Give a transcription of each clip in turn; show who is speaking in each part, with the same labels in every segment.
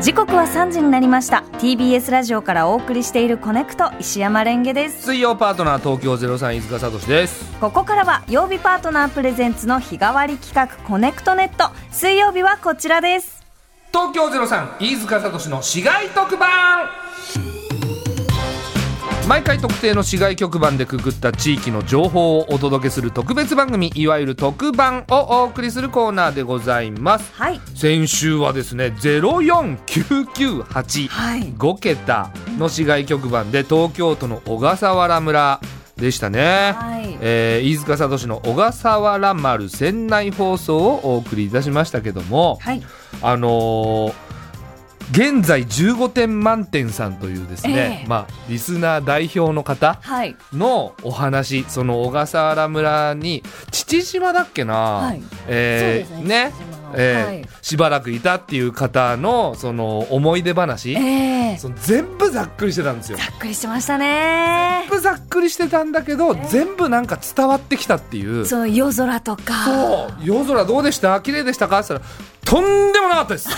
Speaker 1: 時刻は3時になりました TBS ラジオからお送りしているコネクト石山レンゲです
Speaker 2: 水曜パートナー東京ゼロ三飯塚聡です。
Speaker 1: ここからは曜日パートナープレゼンツの日替わり企画コネクトネット水曜日はこちらです
Speaker 2: 東京ゼロ三飯塚聡の市街特番。毎回特定の市街局番でくくった地域の情報をお届けする特別番組いわゆる特番をお送りするコーナーでございます
Speaker 1: はい
Speaker 2: 先週はですね04998、
Speaker 1: はい
Speaker 2: 5桁の市街局番で東京都の小笠原村でしたね、
Speaker 1: はい
Speaker 2: えー飯塚聡の小笠原丸船内放送をお送りいたしましたけども、
Speaker 1: はい
Speaker 2: あのー現在15点満点さんというですね、
Speaker 1: ええ
Speaker 2: まあ、リスナー代表の方
Speaker 1: はい
Speaker 2: のお話その小笠原村に父島だっけな、
Speaker 1: はい
Speaker 2: えー
Speaker 1: そうですね
Speaker 2: ね
Speaker 1: 父島の
Speaker 2: えー
Speaker 1: はい
Speaker 2: しばらくいたっていう方のその思い出話、
Speaker 1: えー、ざ
Speaker 2: その全部ざっくりしてたんですよ。
Speaker 1: っくりしてましたね
Speaker 2: 全部ざっくりしてたんだけど、全部なんか伝わってきたっていう。
Speaker 1: その夜空とか
Speaker 2: そう夜空どうでした綺麗でしたかって言ったらとんでもなかったです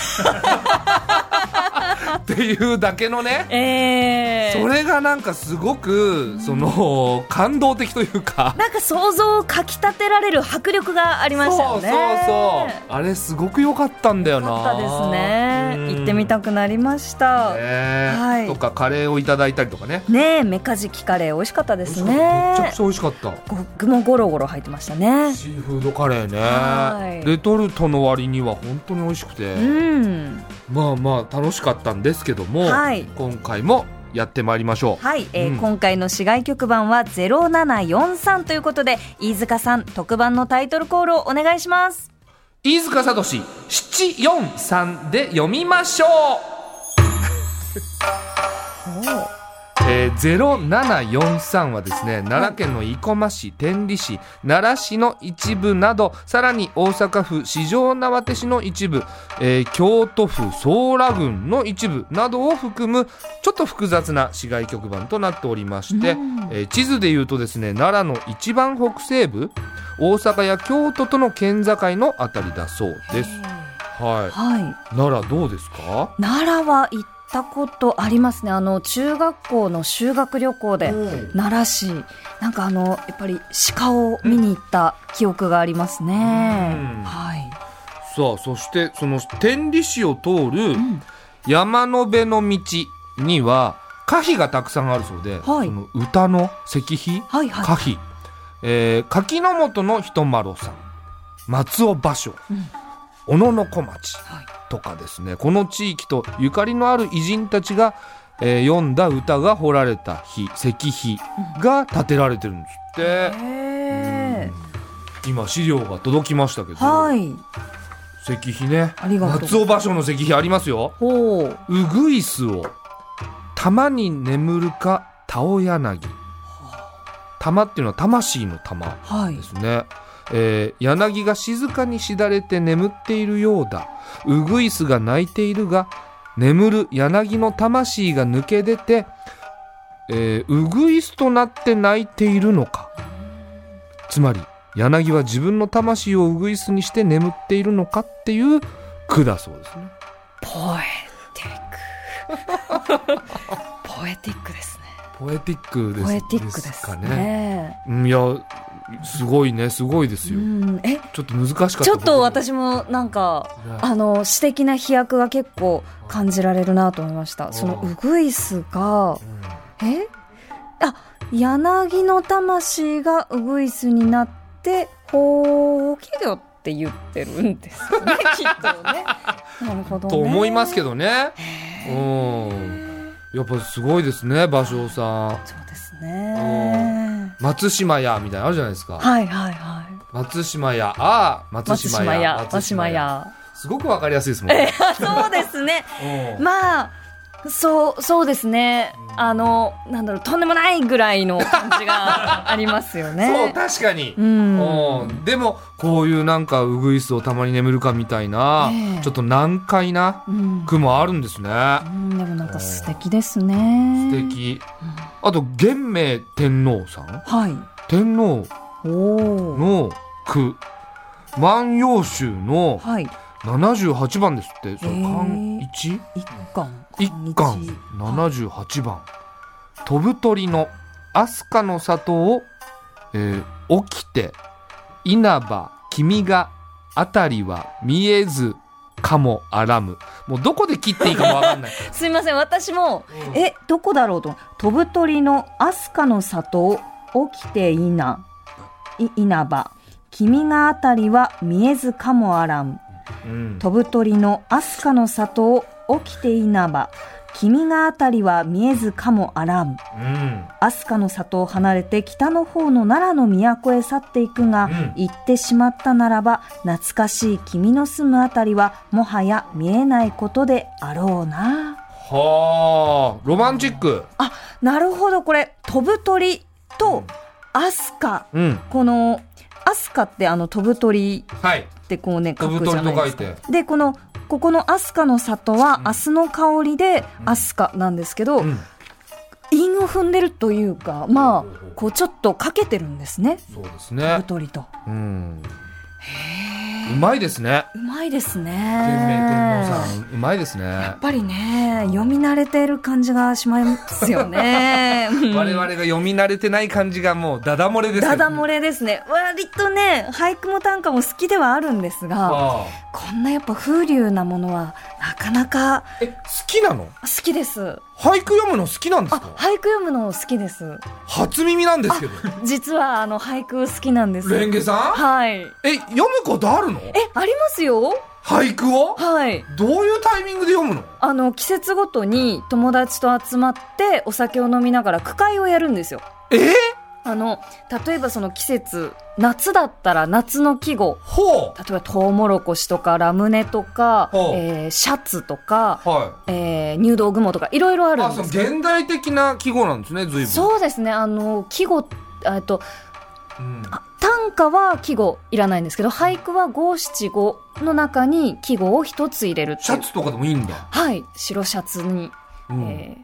Speaker 2: っていうだけのね
Speaker 1: えー
Speaker 2: それがなんかすごくその感動的というか
Speaker 1: なんか想像をかきたてられる迫力がありましたよ
Speaker 2: そうそう
Speaker 1: ね
Speaker 2: そうあれすごく良かったんだよな
Speaker 1: よかったですね
Speaker 2: うん
Speaker 1: 行ってみたくなりましたね
Speaker 2: ね
Speaker 1: はい
Speaker 2: とかカレーをいただいたりとかね
Speaker 1: えメカジキカレー美味しかったです
Speaker 2: めちゃ
Speaker 1: ね
Speaker 2: くちゃ美味しかった
Speaker 1: 具もゴロゴロ入ってましたね
Speaker 2: シーフードカレ
Speaker 1: は
Speaker 2: ーね
Speaker 1: い
Speaker 2: レトルトの割には本当に美味しくて、
Speaker 1: うん
Speaker 2: まあまあ楽しかったんですけども、
Speaker 1: はい
Speaker 2: 今回もやってまいりましょう、
Speaker 1: はい、えー
Speaker 2: うん
Speaker 1: 今回の市外局番は0743ということで飯塚さん特番のタイトルコールをお願いします
Speaker 2: 飯塚聡七四三で読みましょう。えー、0743はですね奈良県の生駒市天理市奈良市の一部などさらに大阪府四条畷市の一部、えー京都府宗良郡の一部などを含むちょっと複雑な市街局番となっておりまして、えー地図でいうとですね奈良の一番北西部大阪や京都との県境のあたりだそうです。は
Speaker 1: はい
Speaker 2: い、奈良どうですか
Speaker 1: 奈良は行ったことありますねあの中学校の修学旅行で奈良市なんかあのやっぱり鹿を見に行った記憶がありますね、
Speaker 2: ん
Speaker 1: はい
Speaker 2: さあそしてその天理市を通る山の辺の道には歌碑がたくさんあるそうで、
Speaker 1: はい
Speaker 2: その歌の石碑、
Speaker 1: はいはい
Speaker 2: 歌碑、えー柿の本の人丸さん松尾芭蕉、
Speaker 1: ん
Speaker 2: 小野の小町
Speaker 1: はい
Speaker 2: とかですねこの地域とゆかりのある偉人たちが、えー読んだ歌が彫られた碑石碑が建てられてるんですって、
Speaker 1: へ
Speaker 2: 今資料が届きましたけど、
Speaker 1: ーはい
Speaker 2: 石碑ね
Speaker 1: ありがとう
Speaker 2: 松尾芭蕉の石碑ありますよ
Speaker 1: ほう
Speaker 2: うぐいすを玉に眠るか青柳玉っていうのは魂の玉
Speaker 1: はい
Speaker 2: ですね、えー柳が静かにしだれて眠っているようだうぐいすが鳴いているが眠る柳の魂が抜け出て、えーうぐいすとなって鳴いているのかつまり柳は自分の魂をうぐいすにして眠っているのかっていう句だそうですね
Speaker 1: ポエティックポエティックですね
Speaker 2: ポエティックです
Speaker 1: ポエティックですね
Speaker 2: かねうんいやすごいねすごいです
Speaker 1: う
Speaker 2: よ、
Speaker 1: んえ
Speaker 2: ちょっと難しかった
Speaker 1: ちょっと
Speaker 2: 僕も
Speaker 1: 私もなんか
Speaker 2: ね
Speaker 1: あの詩的な飛躍が結構感じられるなと思いましたそのうぐいすが
Speaker 2: うん
Speaker 1: えあ柳の魂がうぐいすになってほうきよって言ってるんです よねきっとねなるほどね
Speaker 2: と思いますけ
Speaker 1: ど
Speaker 2: どね。うん。やっぱすごいですね、芭蕉さん。
Speaker 1: そうですね
Speaker 2: 松島屋みたいなのあるじゃないです
Speaker 1: は
Speaker 2: か。
Speaker 1: いはいはい
Speaker 2: 松島屋、ああ、松
Speaker 1: 松
Speaker 2: 島
Speaker 1: 島
Speaker 2: 屋。
Speaker 1: 屋松島。屋
Speaker 2: すごくわかりやすいですもんね。
Speaker 1: そうですね
Speaker 2: うん
Speaker 1: まあそうそうですねあのなんだろうとんでもないぐらいの感じがありますよ
Speaker 2: そう、
Speaker 1: ね。
Speaker 2: 確かに。
Speaker 1: ん
Speaker 2: うん、でもこういうなんかウグイスをたまに眠るかみたいな、
Speaker 1: ええ
Speaker 2: ちょっと難解な
Speaker 1: うん
Speaker 2: 句もあるんですね、
Speaker 1: うんでもなんか素敵ですね。
Speaker 2: 素。敵あと元明天皇さん
Speaker 1: はい。
Speaker 2: 天皇
Speaker 1: おお。
Speaker 2: の句万葉集の
Speaker 1: はい。
Speaker 2: 78番ですってそれ
Speaker 1: へー
Speaker 2: 巻一
Speaker 1: 一巻
Speaker 2: 一巻78番飛ぶ鳥の飛鳥の里を、えー起きて稲葉君があたりは見えずかもあらむもうどこで切っていいかもわかんない
Speaker 1: すいません私もえどこだろうと飛ぶ鳥の飛鳥の里起きていない稲葉君があたりは見えずかもあらん
Speaker 2: うん
Speaker 1: 飛ぶ鳥の飛鳥の里起きて稲葉君があたりは見えずかもあらん
Speaker 2: うん
Speaker 1: 飛鳥の里を離れて北の方の奈良の都へ去っていくが、
Speaker 2: うん
Speaker 1: 行ってしまったならば懐かしい君の住むあたりはもはや見えないことであろうな
Speaker 2: はあロマンチック
Speaker 1: なるほどこれ飛ぶ鳥と飛鳥
Speaker 2: うん
Speaker 1: この飛鳥ってあの飛ぶ鳥
Speaker 2: はい
Speaker 1: ってこうね書
Speaker 2: 飛
Speaker 1: く
Speaker 2: ぶ
Speaker 1: じゃ
Speaker 2: 鳥
Speaker 1: ない
Speaker 2: と書
Speaker 1: で
Speaker 2: い
Speaker 1: すか
Speaker 2: て
Speaker 1: でこのここの飛鳥の里は
Speaker 2: うん
Speaker 1: 明日の香りで
Speaker 2: うん
Speaker 1: 飛鳥なんですけど、
Speaker 2: うん
Speaker 1: 韻を踏んでるというかまあ
Speaker 2: ほうほう
Speaker 1: こうちょっとかけてるんですね
Speaker 2: そうです
Speaker 1: 飛
Speaker 2: ね
Speaker 1: ぶ鳥と。
Speaker 2: うんうまいですね
Speaker 1: うまいですね。
Speaker 2: 天明天皇さんうまいです
Speaker 1: や
Speaker 2: ね
Speaker 1: っぱりね、読み慣れてる感じがしますよ ね。うん
Speaker 2: 我々が読み慣れてない感じがもうダダ漏れですけど
Speaker 1: ダダ漏れですね。割とね、俳句も短歌も好きではあるんですが、
Speaker 2: あ
Speaker 1: こんなやっぱ風流なものはなかなか
Speaker 2: あえ好きなの
Speaker 1: 好きです。
Speaker 2: 俳句読むの好きなんです
Speaker 1: あ
Speaker 2: か、
Speaker 1: 俳句読むの好きです。
Speaker 2: 初耳なんですけど
Speaker 1: 実はあの俳句好きなんです。
Speaker 2: レンゲさん
Speaker 1: はい。え、
Speaker 2: え読むことあるの
Speaker 1: ありますよ
Speaker 2: 俳句を
Speaker 1: はい。
Speaker 2: どういうタイミングで読むの
Speaker 1: あの、季節ごとに友達と集まってお酒を飲みながら句会をやるんですよ。
Speaker 2: えー、
Speaker 1: あの例えばその季節夏だったら夏の季語
Speaker 2: ほ
Speaker 1: 例えばトウモロコシとかラムネとか、
Speaker 2: ほう
Speaker 1: えーシャツとか、
Speaker 2: うは
Speaker 1: えー、入道雲とかいろいろあ
Speaker 2: い
Speaker 1: る
Speaker 2: あ
Speaker 1: ん
Speaker 2: そ
Speaker 1: で
Speaker 2: の
Speaker 1: すけ
Speaker 2: 現代的な記号なんですね随
Speaker 1: ど
Speaker 2: 分
Speaker 1: そうですねあの季語えっと
Speaker 2: うん、
Speaker 1: あ短歌は季語いらないんですけど俳句は五七五の中に季語を一つ入れるって
Speaker 2: シ
Speaker 1: い
Speaker 2: ャ
Speaker 1: う
Speaker 2: ツとかでもいいんだ、
Speaker 1: はい白シャツに、
Speaker 2: うん
Speaker 1: え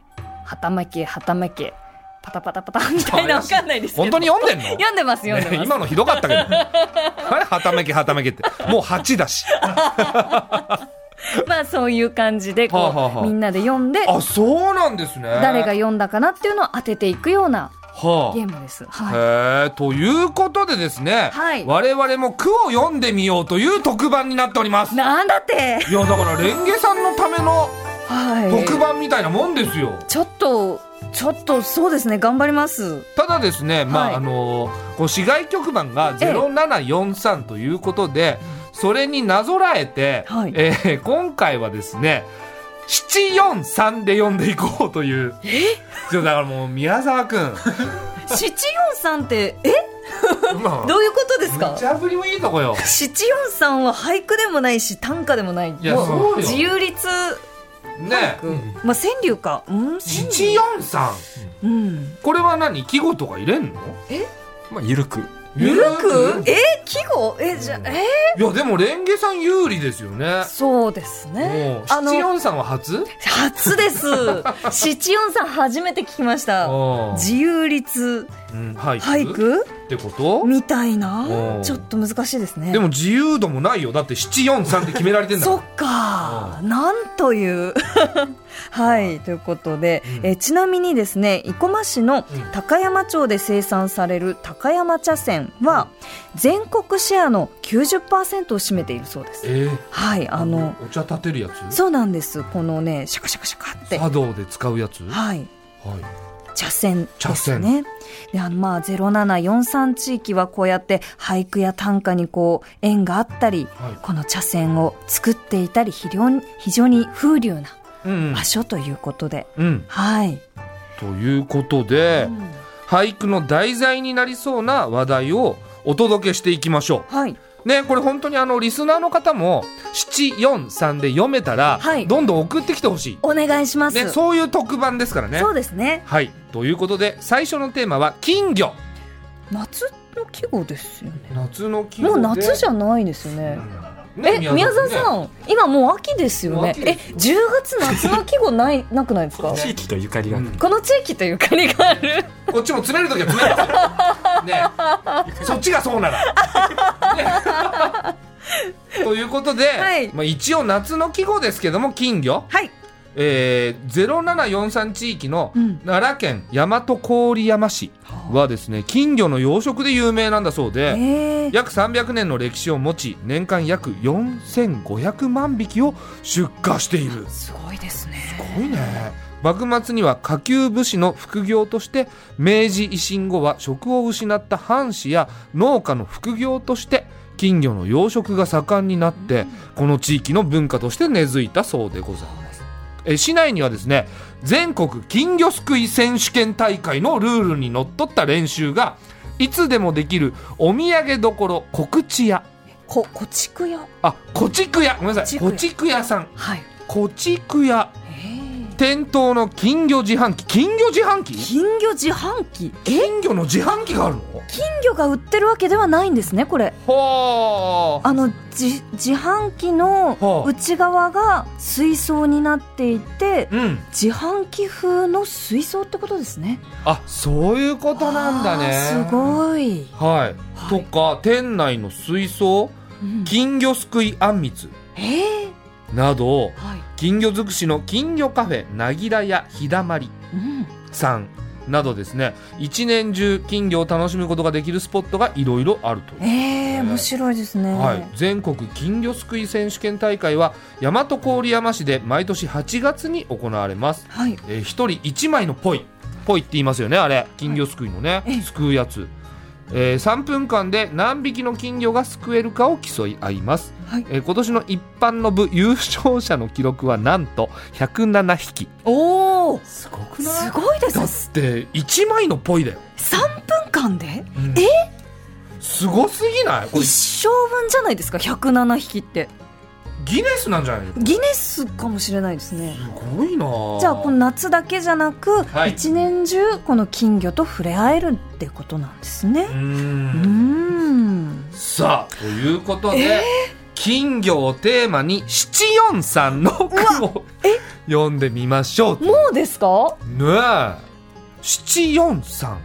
Speaker 1: ー、はたまけはたまけパタパタパタみたいなわ
Speaker 2: 怪しい
Speaker 1: かんないですけど
Speaker 2: 本当に読んでんの
Speaker 1: 読んでます読んでます、
Speaker 2: ね今のひど かったけどあれはためきはためきってもう8だし
Speaker 1: まあそういう感じでこう、
Speaker 2: はあはあはあ
Speaker 1: みんなで読んで
Speaker 2: あそうなんですね
Speaker 1: 誰が読んだかなっていうのを当てていくような
Speaker 2: はあ
Speaker 1: ゲームです。はい。
Speaker 2: へえ、ということでですね、
Speaker 1: はい
Speaker 2: 我々も句を読んでみようという特番になっております。い
Speaker 1: なんだって。
Speaker 2: や、だから、レンゲさんのための
Speaker 1: はい。
Speaker 2: 特番みたいなもんですよ。
Speaker 1: ちょっとちょっとそうですね頑張ります。
Speaker 2: ただですね、まあ、
Speaker 1: はい
Speaker 2: あのーこう市外局番が
Speaker 1: ええ
Speaker 2: 0743ということで、それになぞらえて、
Speaker 1: はい
Speaker 2: えー今回はですね、743で読んでいこうという。ちょだからもう、宮沢くん。
Speaker 1: 七四三ってえ
Speaker 2: ま あ
Speaker 1: どういうことですか
Speaker 2: 無。茶ぶりもいいとこよ。
Speaker 1: 七四三は俳句でもないし短歌でもない。
Speaker 2: いや
Speaker 1: も
Speaker 2: そうよ
Speaker 1: 自由律
Speaker 2: ね
Speaker 1: 句。まあ川柳か。うん。
Speaker 2: 743。
Speaker 1: うん。
Speaker 2: これは何季語とか入れんの
Speaker 3: まあ、ゆるく。
Speaker 1: ゆるく？え季語？えじゃえ
Speaker 2: いやでもレンゲさん有利ですよね
Speaker 1: そうですね
Speaker 2: もう。
Speaker 1: あの
Speaker 2: 七音さんは初
Speaker 1: 初です。七音さん初めて聞きました。
Speaker 2: ああ
Speaker 1: 自由律
Speaker 2: うん俳句
Speaker 1: 俳句
Speaker 2: ってこと
Speaker 1: みたい
Speaker 2: お
Speaker 1: な
Speaker 2: う。
Speaker 1: ちょっと難しいですね。
Speaker 2: でも自由度もないよだって743って決められてんだ
Speaker 1: そ
Speaker 2: か
Speaker 1: っか、なんと いう。はい、ということで、
Speaker 2: うん
Speaker 1: えーちなみにですね、生駒市の
Speaker 2: うん
Speaker 1: 高山町で生産される高山茶筅は、全国シェアの90%を占めているそうで
Speaker 2: ら
Speaker 1: す。
Speaker 2: えー
Speaker 1: はい、あの、
Speaker 2: お茶立てるやつ
Speaker 1: そうなんです。このね、シャカシャカシャカって。
Speaker 2: 茶道で使うやつは
Speaker 1: はい。
Speaker 2: い
Speaker 1: 茶筅
Speaker 2: 茶
Speaker 1: です
Speaker 2: 筅
Speaker 1: ね。で、あの、まあ、0743地域はこうやって俳句や短歌にこう、縁があったり、
Speaker 2: はい
Speaker 1: この茶筅を作っていたり、非常に、非常に風流な
Speaker 2: うん
Speaker 1: 場所ということで。
Speaker 2: うん
Speaker 1: はい。
Speaker 2: ということで
Speaker 1: うん
Speaker 2: 俳句の題材になりそうな話題をお届けしていきましょう
Speaker 1: はい。
Speaker 2: ね、これ本当にあのリスナーの方も743で読めたら、
Speaker 1: はい
Speaker 2: どんどん送ってきてほし
Speaker 1: お願いしま
Speaker 2: い、
Speaker 1: す。
Speaker 2: ね、そういう特番ですからね
Speaker 1: そうですね。
Speaker 2: はいということで最初のテーマは金魚
Speaker 1: 夏の季語ですよね。
Speaker 2: 夏の金
Speaker 1: もう夏じ
Speaker 2: ゃ
Speaker 1: ゃないですよね。え、
Speaker 2: ね
Speaker 1: 宮沢さん、今もう秋ですよ
Speaker 2: もう
Speaker 1: ね。
Speaker 2: 秋
Speaker 1: え
Speaker 2: です、
Speaker 1: 10月夏の季語ない、 なくない ですか
Speaker 3: 地域とゆかりがある。
Speaker 2: うん
Speaker 1: この地域というかりがある。
Speaker 2: こっちも詰めるときは詰 めるねそっちがそうなら、ねとということで、
Speaker 1: はい
Speaker 2: まあ、一応夏の季語ですけども金魚、
Speaker 1: はい。
Speaker 2: えー、0743地域の
Speaker 1: うん
Speaker 2: 奈良県大和郡山市はですね金魚の養殖で有名なんだそうで、
Speaker 1: ええ。
Speaker 2: 約300年の歴史を持ち年間約4500万匹を出荷している
Speaker 1: すごいですね。
Speaker 2: すごいね幕末には下級武士の副業として明治維新後は職を失った藩士や農家の副業として金魚の養殖が盛んになってこの地域の文化として根付いたそうでございますえ市内にはですね全国金魚すくい選手権大会のルールにのっとった練習がいつでもできるお土産どころ小口屋
Speaker 1: こ、こちくよ。
Speaker 2: あ小畜屋ごめんなさい小
Speaker 1: 小
Speaker 2: 畜屋さん
Speaker 1: はい。
Speaker 2: 小畜屋
Speaker 1: ええ。
Speaker 2: 店頭の金魚自販機金魚自販機
Speaker 1: 金魚自販機。
Speaker 2: 金魚の自販機があるの
Speaker 1: 金魚が売ってるわけではないんですね、これ。
Speaker 2: ほー
Speaker 1: あの自自販機の
Speaker 2: はあ
Speaker 1: 内側が水槽になっていて
Speaker 2: うん
Speaker 1: 自販機風の水槽ってことですね。
Speaker 2: あそういうことなんだね
Speaker 1: あーすごい。
Speaker 2: はい、
Speaker 1: は
Speaker 2: と
Speaker 1: い
Speaker 2: か店内の水槽
Speaker 1: うん
Speaker 2: 金魚すくいあんみつ
Speaker 1: ええ
Speaker 2: な
Speaker 1: は
Speaker 2: ど
Speaker 1: い。
Speaker 2: 金魚尽くしの金魚カフェなぎらやひだまり
Speaker 1: うん。
Speaker 2: さんなどですね一年中金魚を楽しむことができるスポットがいろいろあるという
Speaker 1: ええ面白いですね。
Speaker 2: はい、全国金魚すくい選手権大会は大和郡山市で毎年8月に行われます、
Speaker 1: はい。
Speaker 2: え1人1枚のポイポイって言いますよねあれ金魚すくいのね、
Speaker 1: ええ
Speaker 2: すくうやつ、え3分間で何匹の金魚がすくえるかを競い合います、
Speaker 1: はい。
Speaker 2: えー今年の一般の部優勝者の記録はなんと107匹
Speaker 1: おお。
Speaker 2: すごく
Speaker 1: すごいで
Speaker 2: だっ
Speaker 1: す。
Speaker 2: て1枚のポイだよ、
Speaker 1: 三分間で
Speaker 2: えすごすぎないこれ
Speaker 1: 一生分じゃないですか。百七匹って
Speaker 2: ギネスなんじゃないの
Speaker 1: ギネスかもしれないですね。
Speaker 2: すごいな
Speaker 1: じゃあこの夏だけじゃなく、
Speaker 2: はい
Speaker 1: 一年中この金魚と触れ合えるってことなんですね。
Speaker 2: うーん
Speaker 1: うーん。
Speaker 2: さあということで、金魚をテーマに七四三の句を読んでみましょうね
Speaker 1: もうですか？
Speaker 2: え七四三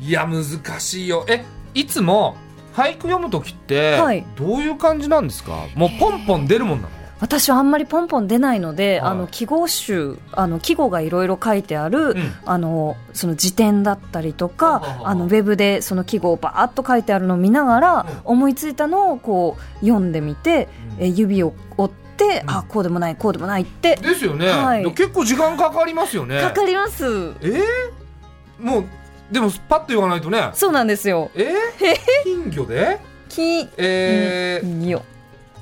Speaker 2: いや難しいよえいつも俳句読む時って、
Speaker 1: はい
Speaker 2: どういう感じなんですかもうポンポン出るもんなの、
Speaker 1: 私はあんまりポンポン出ないので、
Speaker 2: はい
Speaker 1: あの記号集、あの記号がいろいろ書いてある、
Speaker 2: うん
Speaker 1: あのその辞典だったりと
Speaker 2: は
Speaker 1: か
Speaker 2: は、はは
Speaker 1: あのウェブでその記号をバーっと書いてあるのを見ながら、思いついたのをこう読んでみて、
Speaker 2: うん
Speaker 1: え指を折って、
Speaker 2: うん
Speaker 1: あこうでもないこうでもないって
Speaker 2: ですよね、
Speaker 1: はい
Speaker 2: 結構時間かかりますよね
Speaker 1: かかります。
Speaker 2: えーもうでもパッと言わないとね
Speaker 1: そうなんですよ。
Speaker 2: えー、金魚で
Speaker 1: き
Speaker 2: えー、
Speaker 1: んよ。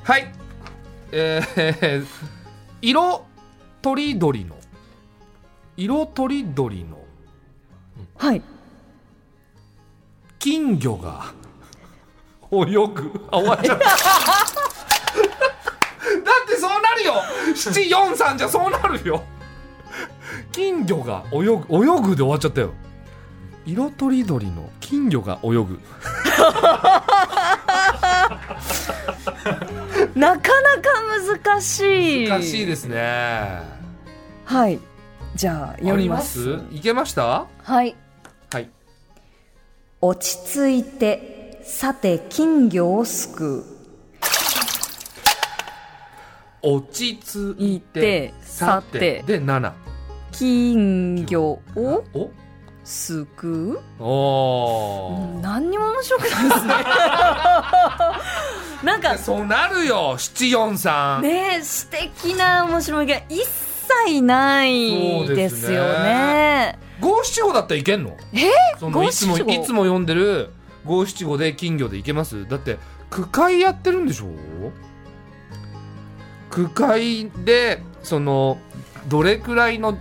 Speaker 2: はい。えー、色とりどりの。色とりどりの
Speaker 1: はい。
Speaker 2: 金魚が泳ぐ。あ、終わっちゃった。だってそうなるよ七四三じゃそうなるよ金魚が泳ぐ泳ぐで終わっちゃったよ色とりどりの金魚が泳ぐ
Speaker 1: なかなか難しい。
Speaker 2: 難しいですね
Speaker 1: はい。じゃあ読み
Speaker 2: ありいけました
Speaker 1: ますはい。
Speaker 2: はい
Speaker 1: 落ち着いてさて金魚を救う
Speaker 2: 落ち着い
Speaker 1: い
Speaker 2: て
Speaker 1: てさ
Speaker 2: さて
Speaker 1: て
Speaker 2: で7
Speaker 1: 金魚を
Speaker 2: お
Speaker 1: 救う
Speaker 2: お
Speaker 1: うん何にも面白くないですね なんか
Speaker 2: ーそうなるよ七四三
Speaker 1: ねえ詩的な面白いが一切ないですよね
Speaker 2: 五七五だったらいけんの
Speaker 1: え
Speaker 2: そのい
Speaker 1: 五七
Speaker 2: つも
Speaker 1: 五
Speaker 2: いつも読んでる五七五で金魚でいけますだって句会やってるんでしょ句会でそのどれくらいの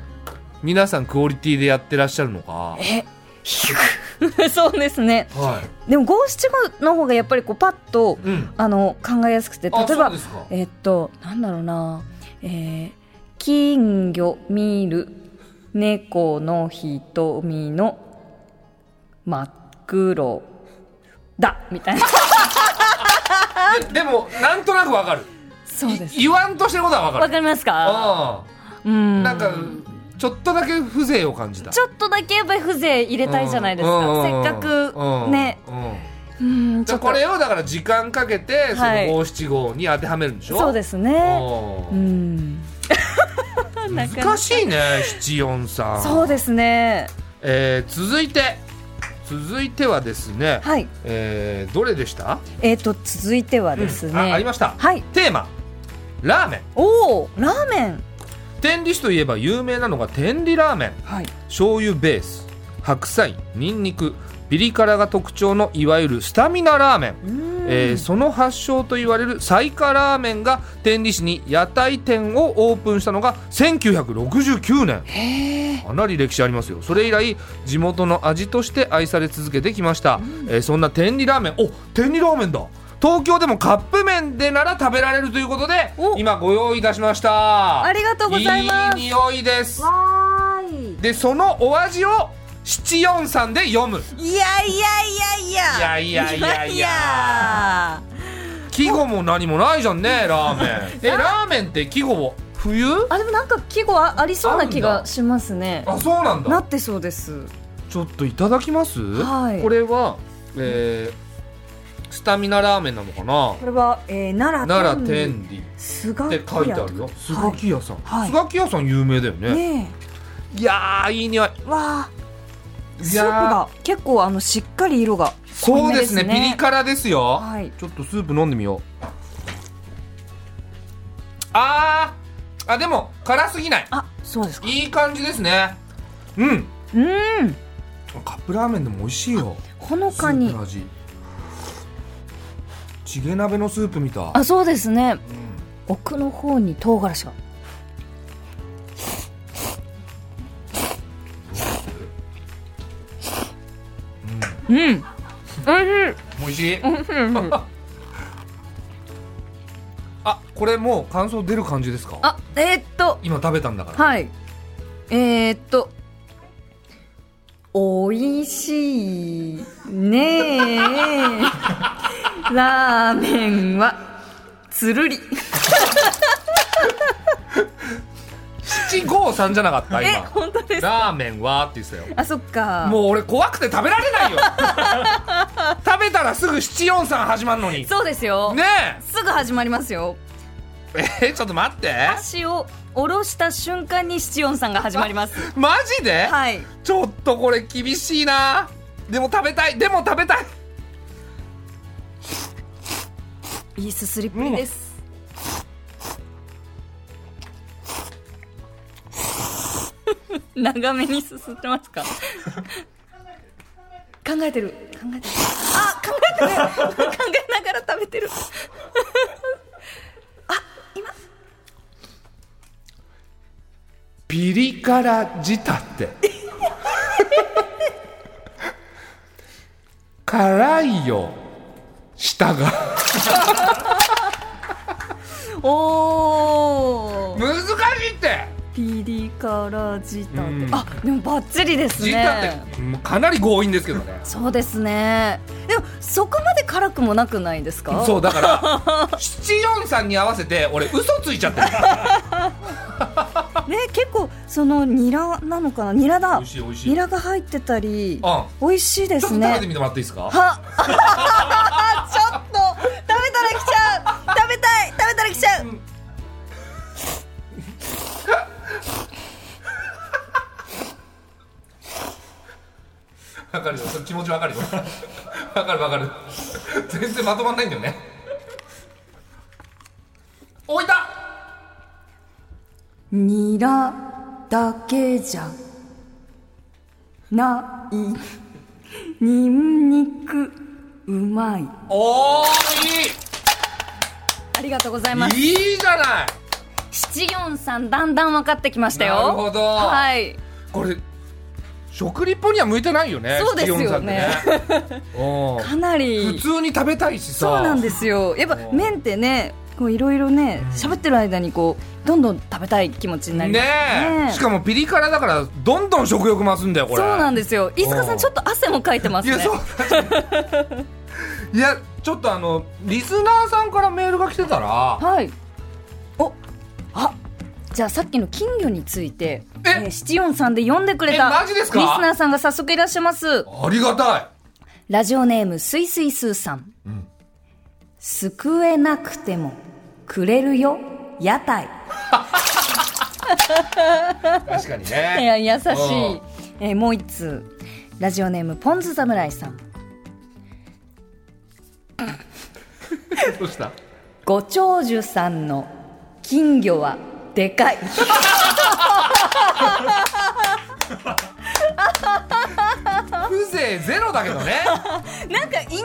Speaker 2: 皆さんクオリティでやってらっしゃるのか
Speaker 1: えひく そうですね
Speaker 2: はい
Speaker 1: でも五七五の方がやっぱりこうパッと
Speaker 2: うん
Speaker 1: あの考えやすくて例
Speaker 2: あ
Speaker 1: え
Speaker 2: そう
Speaker 1: ば
Speaker 2: ですか
Speaker 1: えっと、なんだろうな、えー金魚見る猫の瞳の真っ黒だみたいな。
Speaker 2: ででもなんとなくわかる
Speaker 1: そうです。
Speaker 2: い言わんとしてることはわか る
Speaker 1: わかりますか
Speaker 2: ああ
Speaker 1: うん。
Speaker 2: なんかちょっとだけ風情を感じた
Speaker 1: ちょっとだけやっぱり風情入れたいじゃないですか。せっかくね、
Speaker 2: うんうん
Speaker 1: うん
Speaker 2: じゃあこれをだから時間かけてそ
Speaker 1: は
Speaker 2: の
Speaker 1: い
Speaker 2: 五七五に当てはめるんでしょ
Speaker 1: そうですね
Speaker 2: お
Speaker 1: う
Speaker 2: ー
Speaker 1: ん なかな
Speaker 2: 難しいね七四三
Speaker 1: そうですね
Speaker 2: えー続いて続いてはですね、
Speaker 1: はい
Speaker 2: えーどれでした
Speaker 1: えー、と続いてはですね、
Speaker 2: あありました
Speaker 1: はい
Speaker 2: テーマラーメン
Speaker 1: おおラーメン
Speaker 2: 天理市といえば有名なのが天理ラーメン
Speaker 1: はい
Speaker 2: 醤油ベース白菜ニンニクピリ辛が特徴のいわゆるスタミナラーメンえーその発祥と言われる彩華ラーメンが天理市に屋台店をオープンしたのが1969年かなり歴史ありますよそれ以来地元の味として愛され続けてきました、えーそんな天理ラーメンお天理ラーメンだ東京でもカップ麺でなら食べられるということで
Speaker 1: お
Speaker 2: 今ご用意いたしました
Speaker 1: ありがとうございます
Speaker 2: いい匂いです
Speaker 1: わーい
Speaker 2: でそのお味を743で読む
Speaker 1: いやいやいやいや
Speaker 2: いやいやいやいや
Speaker 1: いや
Speaker 2: 季語も何もないじゃんねラーメ ンえラーメンって季語を冬
Speaker 1: あでもなんか季語あありそうな気がしますね
Speaker 2: あそうなん
Speaker 1: な
Speaker 2: だ
Speaker 1: ってそうです
Speaker 2: ちょっといただきます、
Speaker 1: はい
Speaker 2: これは、えー、スタミナラーメンなのか
Speaker 1: こ
Speaker 2: な
Speaker 1: れは、えー、奈良
Speaker 2: 奈良天理っ
Speaker 1: すが
Speaker 2: て書いてあるよスガキ屋さん、
Speaker 1: はい
Speaker 2: スガキ屋さん有名だよね、
Speaker 1: ね
Speaker 2: いやーいい匂い
Speaker 1: えわあ
Speaker 2: い
Speaker 1: スープ
Speaker 2: や
Speaker 1: が結構あのしっかり色が
Speaker 2: そうですね
Speaker 1: 濃いめ
Speaker 2: ピリ辛ですよ、
Speaker 1: はい
Speaker 2: ちょっとスープ飲んでみようあーあでも辛すぎない
Speaker 1: あそうですか
Speaker 2: いい感じですねうん
Speaker 1: うん
Speaker 2: カップラーメンでも美味しいよ
Speaker 1: ほのかに
Speaker 2: スープの味チゲ鍋のスープみたい
Speaker 1: あそうですね
Speaker 2: うん
Speaker 1: 奥の方に唐辛子がうん、うん、おいしい
Speaker 2: 美味しい あこれもう感想出る感じですか
Speaker 1: あえー、っと
Speaker 2: 今食べたんだから
Speaker 1: はいえー、っとおいしい ねえラーメンはつるり
Speaker 2: 七五三じゃなかった
Speaker 1: え
Speaker 2: 今
Speaker 1: 本当です
Speaker 2: ラーメンはって言ってたよ
Speaker 1: あそっか
Speaker 2: もう俺怖くて食べられない よ食べたらすぐ七四三始まるのにね
Speaker 1: そうですよ、すぐ始まりますよ
Speaker 2: ええちょっと待って
Speaker 1: 足を下ろした瞬間に七音さんが始まります
Speaker 2: マジで、
Speaker 1: はい
Speaker 2: ちょっとこれ厳しいなでも食べたいでも食べたい
Speaker 1: いいすすりっぷりです、 長めにすすってます か考えてる考えてるあ考えてる考えながら食べてる
Speaker 2: ピリ辛仕立て 辛いよ舌が
Speaker 1: おー
Speaker 2: 難しいって
Speaker 1: ピリ辛仕立て
Speaker 2: うん
Speaker 1: あでもバッチリです
Speaker 2: 仕
Speaker 1: ね
Speaker 2: 立てもうかなり強引ですけどね
Speaker 1: そうですねでもそこまで辛くもなくないですか
Speaker 2: そうだから七四三に合わせて俺嘘ついちゃってる
Speaker 1: ね結構そのニラなのかなニラだ
Speaker 2: 美味しい美味しい
Speaker 1: ニラが入ってたり
Speaker 2: あ
Speaker 1: 美味しいで
Speaker 2: ちょっと
Speaker 1: す
Speaker 2: 食べて
Speaker 1: ね
Speaker 2: みてもらっていいですか
Speaker 1: は ちょっと食べたら来ちゃう食べたい食べたら来ちゃう
Speaker 2: わかるよそれ気持ちわかるよわかるわかる全然まとまんないんだよね置いた
Speaker 1: ニラだけじゃないニンニクうまい
Speaker 2: おーいい
Speaker 1: ありがとうございます
Speaker 2: いいじゃない
Speaker 1: 七四三だんだん分かってきましたよ
Speaker 2: なるほど
Speaker 1: はい
Speaker 2: これ食リポには向いてないよね
Speaker 1: そうですよね
Speaker 2: 743ってね おー
Speaker 1: かなり
Speaker 2: 普通に食べたいしさ
Speaker 1: そうなんですよやっぱ
Speaker 2: うん
Speaker 1: 麺ってねこういろいろね喋ってる間にこうどんどん食べたい気持ちになり
Speaker 2: ね
Speaker 1: ます
Speaker 2: え
Speaker 1: ね
Speaker 2: しかもピリ辛だからどんどん食欲増すんだよこ
Speaker 1: そう
Speaker 2: れ
Speaker 1: なん
Speaker 2: で
Speaker 1: ですよ飯塚
Speaker 2: う
Speaker 1: さ
Speaker 2: ん
Speaker 1: んちょっと汗もかいてます
Speaker 2: い
Speaker 1: ね
Speaker 2: や そう確かにいやちょっとあのリスナーさんからメールが来てたら
Speaker 1: はいおあじゃあさっきの金魚についてえ
Speaker 2: え
Speaker 1: ー七音さんで読んでくれた
Speaker 2: えマジですか
Speaker 1: リスナーさんが早速いらっしゃいます
Speaker 2: ありがたい
Speaker 1: ラジオネームすいすいすーさん、救えなくてもくれるよ屋台
Speaker 2: 確かに
Speaker 1: い
Speaker 2: ね
Speaker 1: や優しい
Speaker 2: うん、
Speaker 1: えーもう一通ラジオネームポンズ侍さん
Speaker 2: どうした
Speaker 1: ご長寿さんの金魚はでか い
Speaker 2: 風情ゼロだけどね
Speaker 1: なんかインナーボイ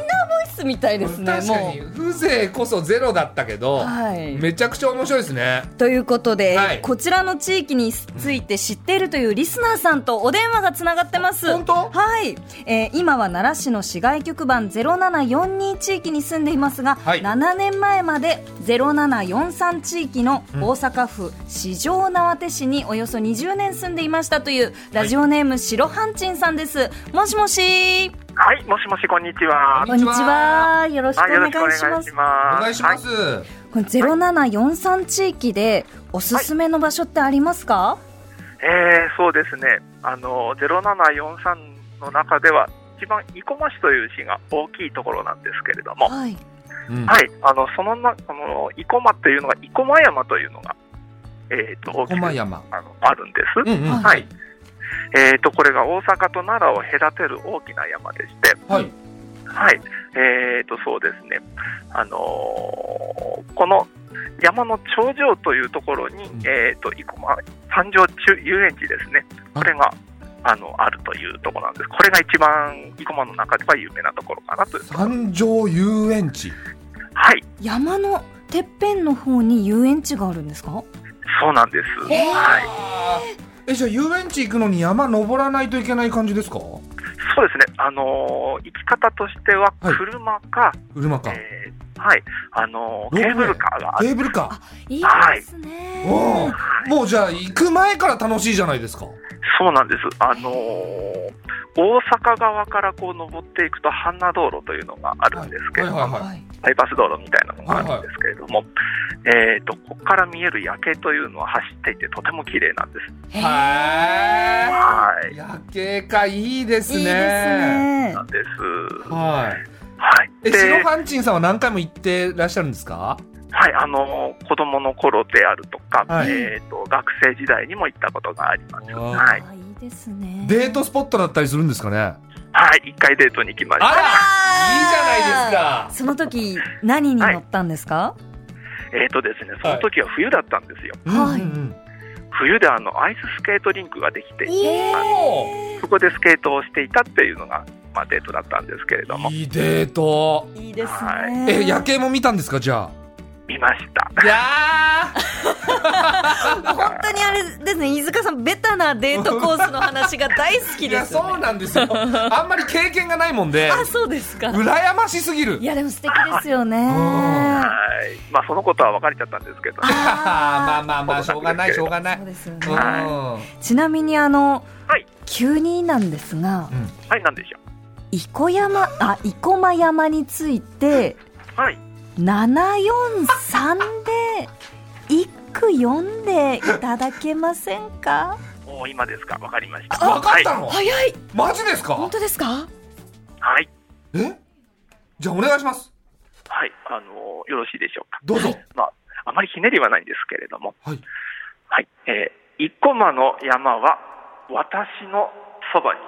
Speaker 1: スみたい ですね
Speaker 2: 確か
Speaker 1: も
Speaker 2: に風情こそゼロだったけど、
Speaker 1: はい
Speaker 2: めちゃくちゃ面白いですね
Speaker 1: うということで、
Speaker 2: はい
Speaker 1: こちらの地域について知っているというリスナーさんとお電話がつながってます
Speaker 2: 本当
Speaker 1: はい、えー今は奈良市の市外局番0742地域に住んでいますが、
Speaker 2: はい
Speaker 1: 7年前まで0743地域の大阪府四条畷市におよそ20年住んでいましたというラジオネーム白半チンさんですもしもし
Speaker 4: はい、もしもし、こんにちは。
Speaker 2: こんにちは
Speaker 1: よろしくお
Speaker 4: あよ
Speaker 1: 願
Speaker 4: ろ
Speaker 1: い
Speaker 4: しくお願
Speaker 1: しま
Speaker 4: い
Speaker 1: す
Speaker 4: します。
Speaker 2: お願いしま
Speaker 4: は
Speaker 2: す、
Speaker 1: これ0743地域でおすすめの場所ってありますか、
Speaker 4: えーそうですね。あの、0743の中では、一番生駒市という市が大きいところなんですけれども、は
Speaker 1: はい、
Speaker 2: うん
Speaker 4: い、あの、そのな、この生駒っていうのが、生駒山というのが、えっ、と、大きく
Speaker 2: 駒山
Speaker 4: あのあるんです。
Speaker 2: うんうん
Speaker 4: はい。えっ、と、これが大阪と奈良を隔てる大きな山でして、
Speaker 2: はい
Speaker 4: はい、えー、とそうですね、あのーこの山の頂上というところに、
Speaker 2: ん
Speaker 4: えー、と生駒三条中遊園地ですね、これがあのあるというところなんです、これが一番生駒の中では有名なところかなという、
Speaker 2: 三条遊園地
Speaker 4: はい、
Speaker 1: 山のてっぺんの方に遊園地があるんですか
Speaker 4: そうなんです、はい、
Speaker 2: えじゃあ遊園地行くのに山登らないといけない感じですか
Speaker 4: そうですね、あのー行き方としては
Speaker 2: はい
Speaker 4: 車か、
Speaker 2: 車か
Speaker 4: えーはいあの
Speaker 2: ロー
Speaker 4: ー
Speaker 2: プウェ
Speaker 4: ケ
Speaker 2: イ
Speaker 4: ーブルカーがあ
Speaker 2: ケ
Speaker 4: る、
Speaker 2: ーブルか
Speaker 1: いいですね
Speaker 2: おーもうじゃあ行く前から楽しいじゃないですか
Speaker 4: そうなんです、あのー大阪側からこう登っていくと、阪奈道路というのがあるんですけれども。
Speaker 2: はいはいはい
Speaker 1: はい
Speaker 4: バイパス道路みたいなのがあるんですけれども、えー、とここから見える夜景というのは走っていてとても綺麗なんです。
Speaker 2: へ
Speaker 4: はい
Speaker 2: ー夜景かいいですね
Speaker 1: いいですね
Speaker 4: なんです。
Speaker 2: はい
Speaker 4: はい。
Speaker 2: え白
Speaker 4: で、
Speaker 2: ハンチンさんは何回も行ってらっしゃるんですか
Speaker 4: はい、あの子供の頃であるとか、
Speaker 2: はい
Speaker 4: えー、と学生時代にも行ったことがあります。
Speaker 2: わあ
Speaker 4: はい、
Speaker 1: あいいですね
Speaker 2: デートスポットだったりするんですかねあ
Speaker 4: はい、一回デートに行きまし
Speaker 2: ら
Speaker 4: た。
Speaker 2: いいじゃないですか
Speaker 1: その時何に乗ったんですか、
Speaker 4: えっ、とですね、その時は冬だったんですよ。
Speaker 1: はい
Speaker 2: うんうんうん
Speaker 4: 冬であのアイススケートリンクができて、そこでスケートをしていたっていうのが、まあ、デートだったんですけれども、
Speaker 2: いいデート
Speaker 1: いいですね、
Speaker 4: は
Speaker 2: え夜景も見たんですかじゃ
Speaker 4: 見ました。
Speaker 2: あいや
Speaker 1: 本当にあれですね飯塚さんベタなデートコースの話が大好き
Speaker 2: い
Speaker 1: で
Speaker 2: や
Speaker 1: すよ
Speaker 2: そうなんですよあんまり経験がないもんで
Speaker 1: あそうですか
Speaker 2: 羨ましすぎる
Speaker 1: いやでも素敵ですよね
Speaker 2: ん
Speaker 4: はい。まあ、そのことは別れちゃったんですけど、
Speaker 2: はは まあまあまあしょうがないしょうがない
Speaker 1: そうですよね
Speaker 2: うんは
Speaker 1: ちなみにあの、
Speaker 4: はい
Speaker 1: 急になんですが
Speaker 4: はい、なんでしょ
Speaker 1: 生駒あ生駒山について
Speaker 4: う。はい。
Speaker 1: 743で一句読んでいただけませんか
Speaker 4: もう今ですか、わかりました。
Speaker 2: 分かったの
Speaker 1: 早い
Speaker 2: マジですか
Speaker 1: 本当ですか
Speaker 4: はい。はい。
Speaker 2: えじゃあお願いします
Speaker 4: はいあのーよろしいでしょうか。
Speaker 2: どうぞ
Speaker 4: まあ、あまりひねりはないんですけれども。
Speaker 2: はい。
Speaker 4: はい。えー、生駒の山は、私のそばに。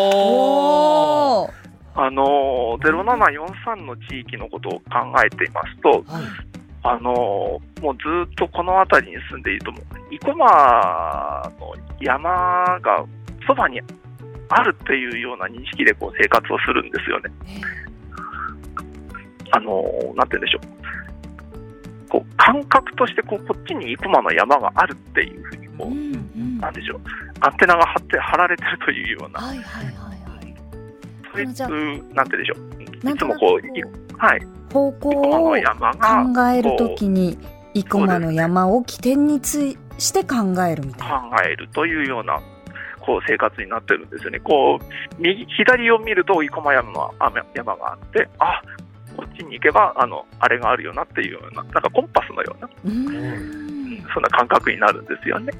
Speaker 2: おお
Speaker 1: ー
Speaker 4: あのー、0743の地域のことを考えていますと、
Speaker 2: はい
Speaker 4: あのーもうずっとこの辺りに住んでいるともう、生駒の山がそばにあるっていうような認識でこう生活をするんですよね。あのーなんて言うんでしょう。こう感覚としてこうこっちに生駒の山があるっていうふうにこ
Speaker 1: うん
Speaker 4: う、
Speaker 1: うん
Speaker 4: なんでしょう、アンテナが張って張られてるというような、
Speaker 1: はいはいはいはい
Speaker 4: そういう、
Speaker 1: あじゃあ
Speaker 4: なんて言うんでしょう、
Speaker 1: ないん
Speaker 4: つ
Speaker 1: と
Speaker 4: も
Speaker 1: なく
Speaker 4: こう、
Speaker 1: こ
Speaker 4: いはい、
Speaker 1: 方
Speaker 4: 生駒
Speaker 1: 向
Speaker 4: の
Speaker 1: を
Speaker 4: 山が
Speaker 1: 考えるときに生駒の山を起点についして考えるみたいな
Speaker 4: 考えるというようなこう生活になってるんですよね。こう右左を見ると生駒山の雨山があって、あこっちに行けばあのあれがあるよなっていうような、なんかコンパスのような、
Speaker 1: うん
Speaker 4: そんな感覚になるんですよね。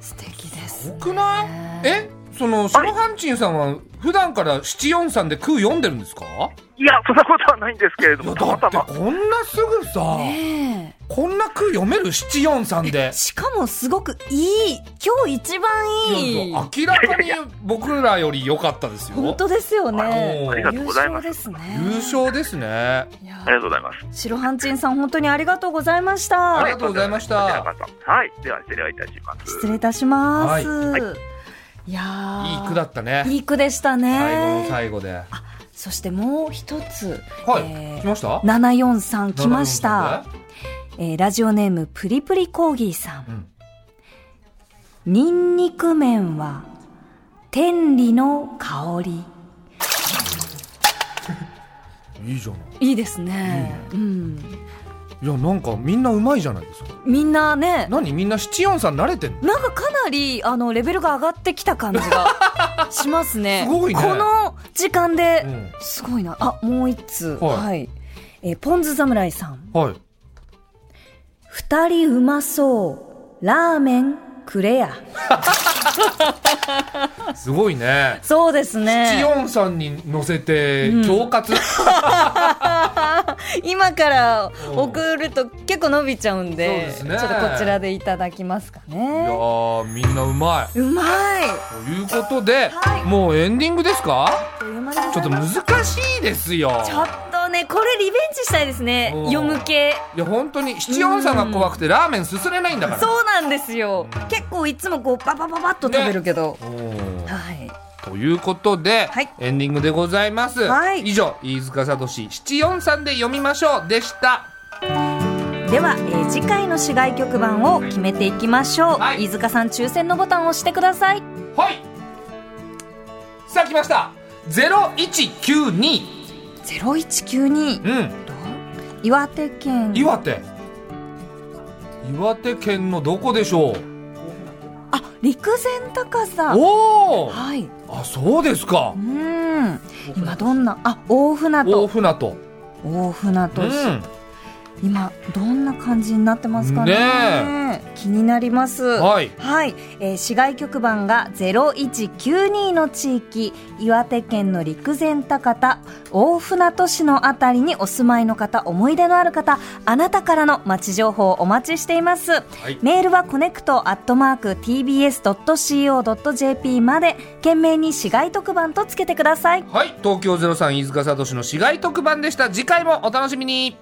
Speaker 1: 素敵です
Speaker 2: すごくない
Speaker 1: ね
Speaker 2: えその白ハンチンさんは普段から七四三で空読んでるんですか
Speaker 4: いや、そんなことはないんですけれど
Speaker 2: いや
Speaker 4: も、
Speaker 2: だ
Speaker 4: たま
Speaker 2: ったて
Speaker 4: ま、
Speaker 2: こんなすぐさ、
Speaker 1: ね
Speaker 2: こんな空読める七四三で
Speaker 1: え。しかもすごくいい今日一番いい
Speaker 2: 明らかに僕らより良かったです
Speaker 1: 本
Speaker 2: よ
Speaker 1: 当ですよね
Speaker 2: おー
Speaker 4: ありがとうございます
Speaker 1: 優勝ですね
Speaker 2: 優勝ですね
Speaker 1: い
Speaker 4: ありが
Speaker 1: や
Speaker 4: とうございます。
Speaker 1: 白ハンチンさん本当にありがとうございまし
Speaker 2: あ
Speaker 1: た
Speaker 2: りがとうございました
Speaker 4: こちらこそはい、では失礼をいたします。
Speaker 1: 失礼いたします、
Speaker 4: はいい
Speaker 1: や
Speaker 2: いい
Speaker 1: ー
Speaker 2: 句だったね
Speaker 1: いい句でしたね
Speaker 2: 最後の最後では
Speaker 1: そしてもう一つ、
Speaker 2: い
Speaker 1: え
Speaker 2: 来
Speaker 1: ー
Speaker 2: ました
Speaker 1: 743来ました、えーラジオネームプリプリコーギーさん
Speaker 2: うん
Speaker 1: ニンニク麺は天理の香り
Speaker 2: いいじゃない
Speaker 1: いいですね、うん、
Speaker 2: いやなんかみんなうまいじゃないですか
Speaker 1: みんなね
Speaker 2: 何みんな七四三慣れてんの
Speaker 1: なんかかなりあのレベルが上がってきた感じがし ますね
Speaker 2: すごいね
Speaker 1: この時間で、
Speaker 2: うん
Speaker 1: すごいなあもう一通は、
Speaker 2: はいい
Speaker 1: えーポン酢侍さん
Speaker 2: はい
Speaker 1: 二人うまそうラーメンくれや
Speaker 2: す ごいね
Speaker 1: そうです
Speaker 2: 七
Speaker 1: ね
Speaker 2: 音さんに乗せて恐喝、そ
Speaker 1: 今から送ると結構伸びちゃうんで
Speaker 2: そうですね
Speaker 1: ちょっとこちらでいただきますか
Speaker 2: いや
Speaker 1: ね
Speaker 2: ーみんなうまい
Speaker 1: いやうまい
Speaker 2: ということで、
Speaker 1: はい
Speaker 2: もうエンディングですか
Speaker 1: あっという間でございます
Speaker 2: ちょっと難しいですよ
Speaker 1: ちょっとねこれリベンジしたいですね
Speaker 2: うん
Speaker 1: 読む系
Speaker 2: いや本当に七音さんが怖くてラーメンすすれないんだから
Speaker 1: そうなんですよ結構いつもこうパパパパッと食べるけど、
Speaker 2: うん
Speaker 1: はい
Speaker 2: ということで、
Speaker 1: はい
Speaker 2: エンディングでございます、
Speaker 1: はい
Speaker 2: 以上飯塚聡七音さんで読みましょうでした
Speaker 1: では、えー次回の市外局番を決めていきましょう、
Speaker 2: はい
Speaker 1: 飯塚さん抽選のボタンを押してください
Speaker 2: はいさあ来ました0192
Speaker 1: 0192
Speaker 2: うん
Speaker 1: 岩手県
Speaker 2: 岩手岩手県のどこでしょう
Speaker 1: あ陸前高さ
Speaker 2: おお
Speaker 1: はい
Speaker 2: あそうですか
Speaker 1: うん今どんなあ大船
Speaker 2: 大
Speaker 1: 渡
Speaker 2: 船渡
Speaker 1: 大船
Speaker 2: う
Speaker 1: 渡市、
Speaker 2: ん
Speaker 1: 今どんな感じになってますかね気になります
Speaker 2: はい
Speaker 1: はい、えー市外局番が0192の地域岩手県の陸前高田大船渡市のあたりにお住まいの方思い出のある方あなたからの街情報をお待ちしています、
Speaker 2: い
Speaker 1: メールはコネクトアットマーク TBS.CO.JP まで懸命に市外特番とつけてください
Speaker 2: はい東京03飯塚聡の市街特番でした次回もお楽しみに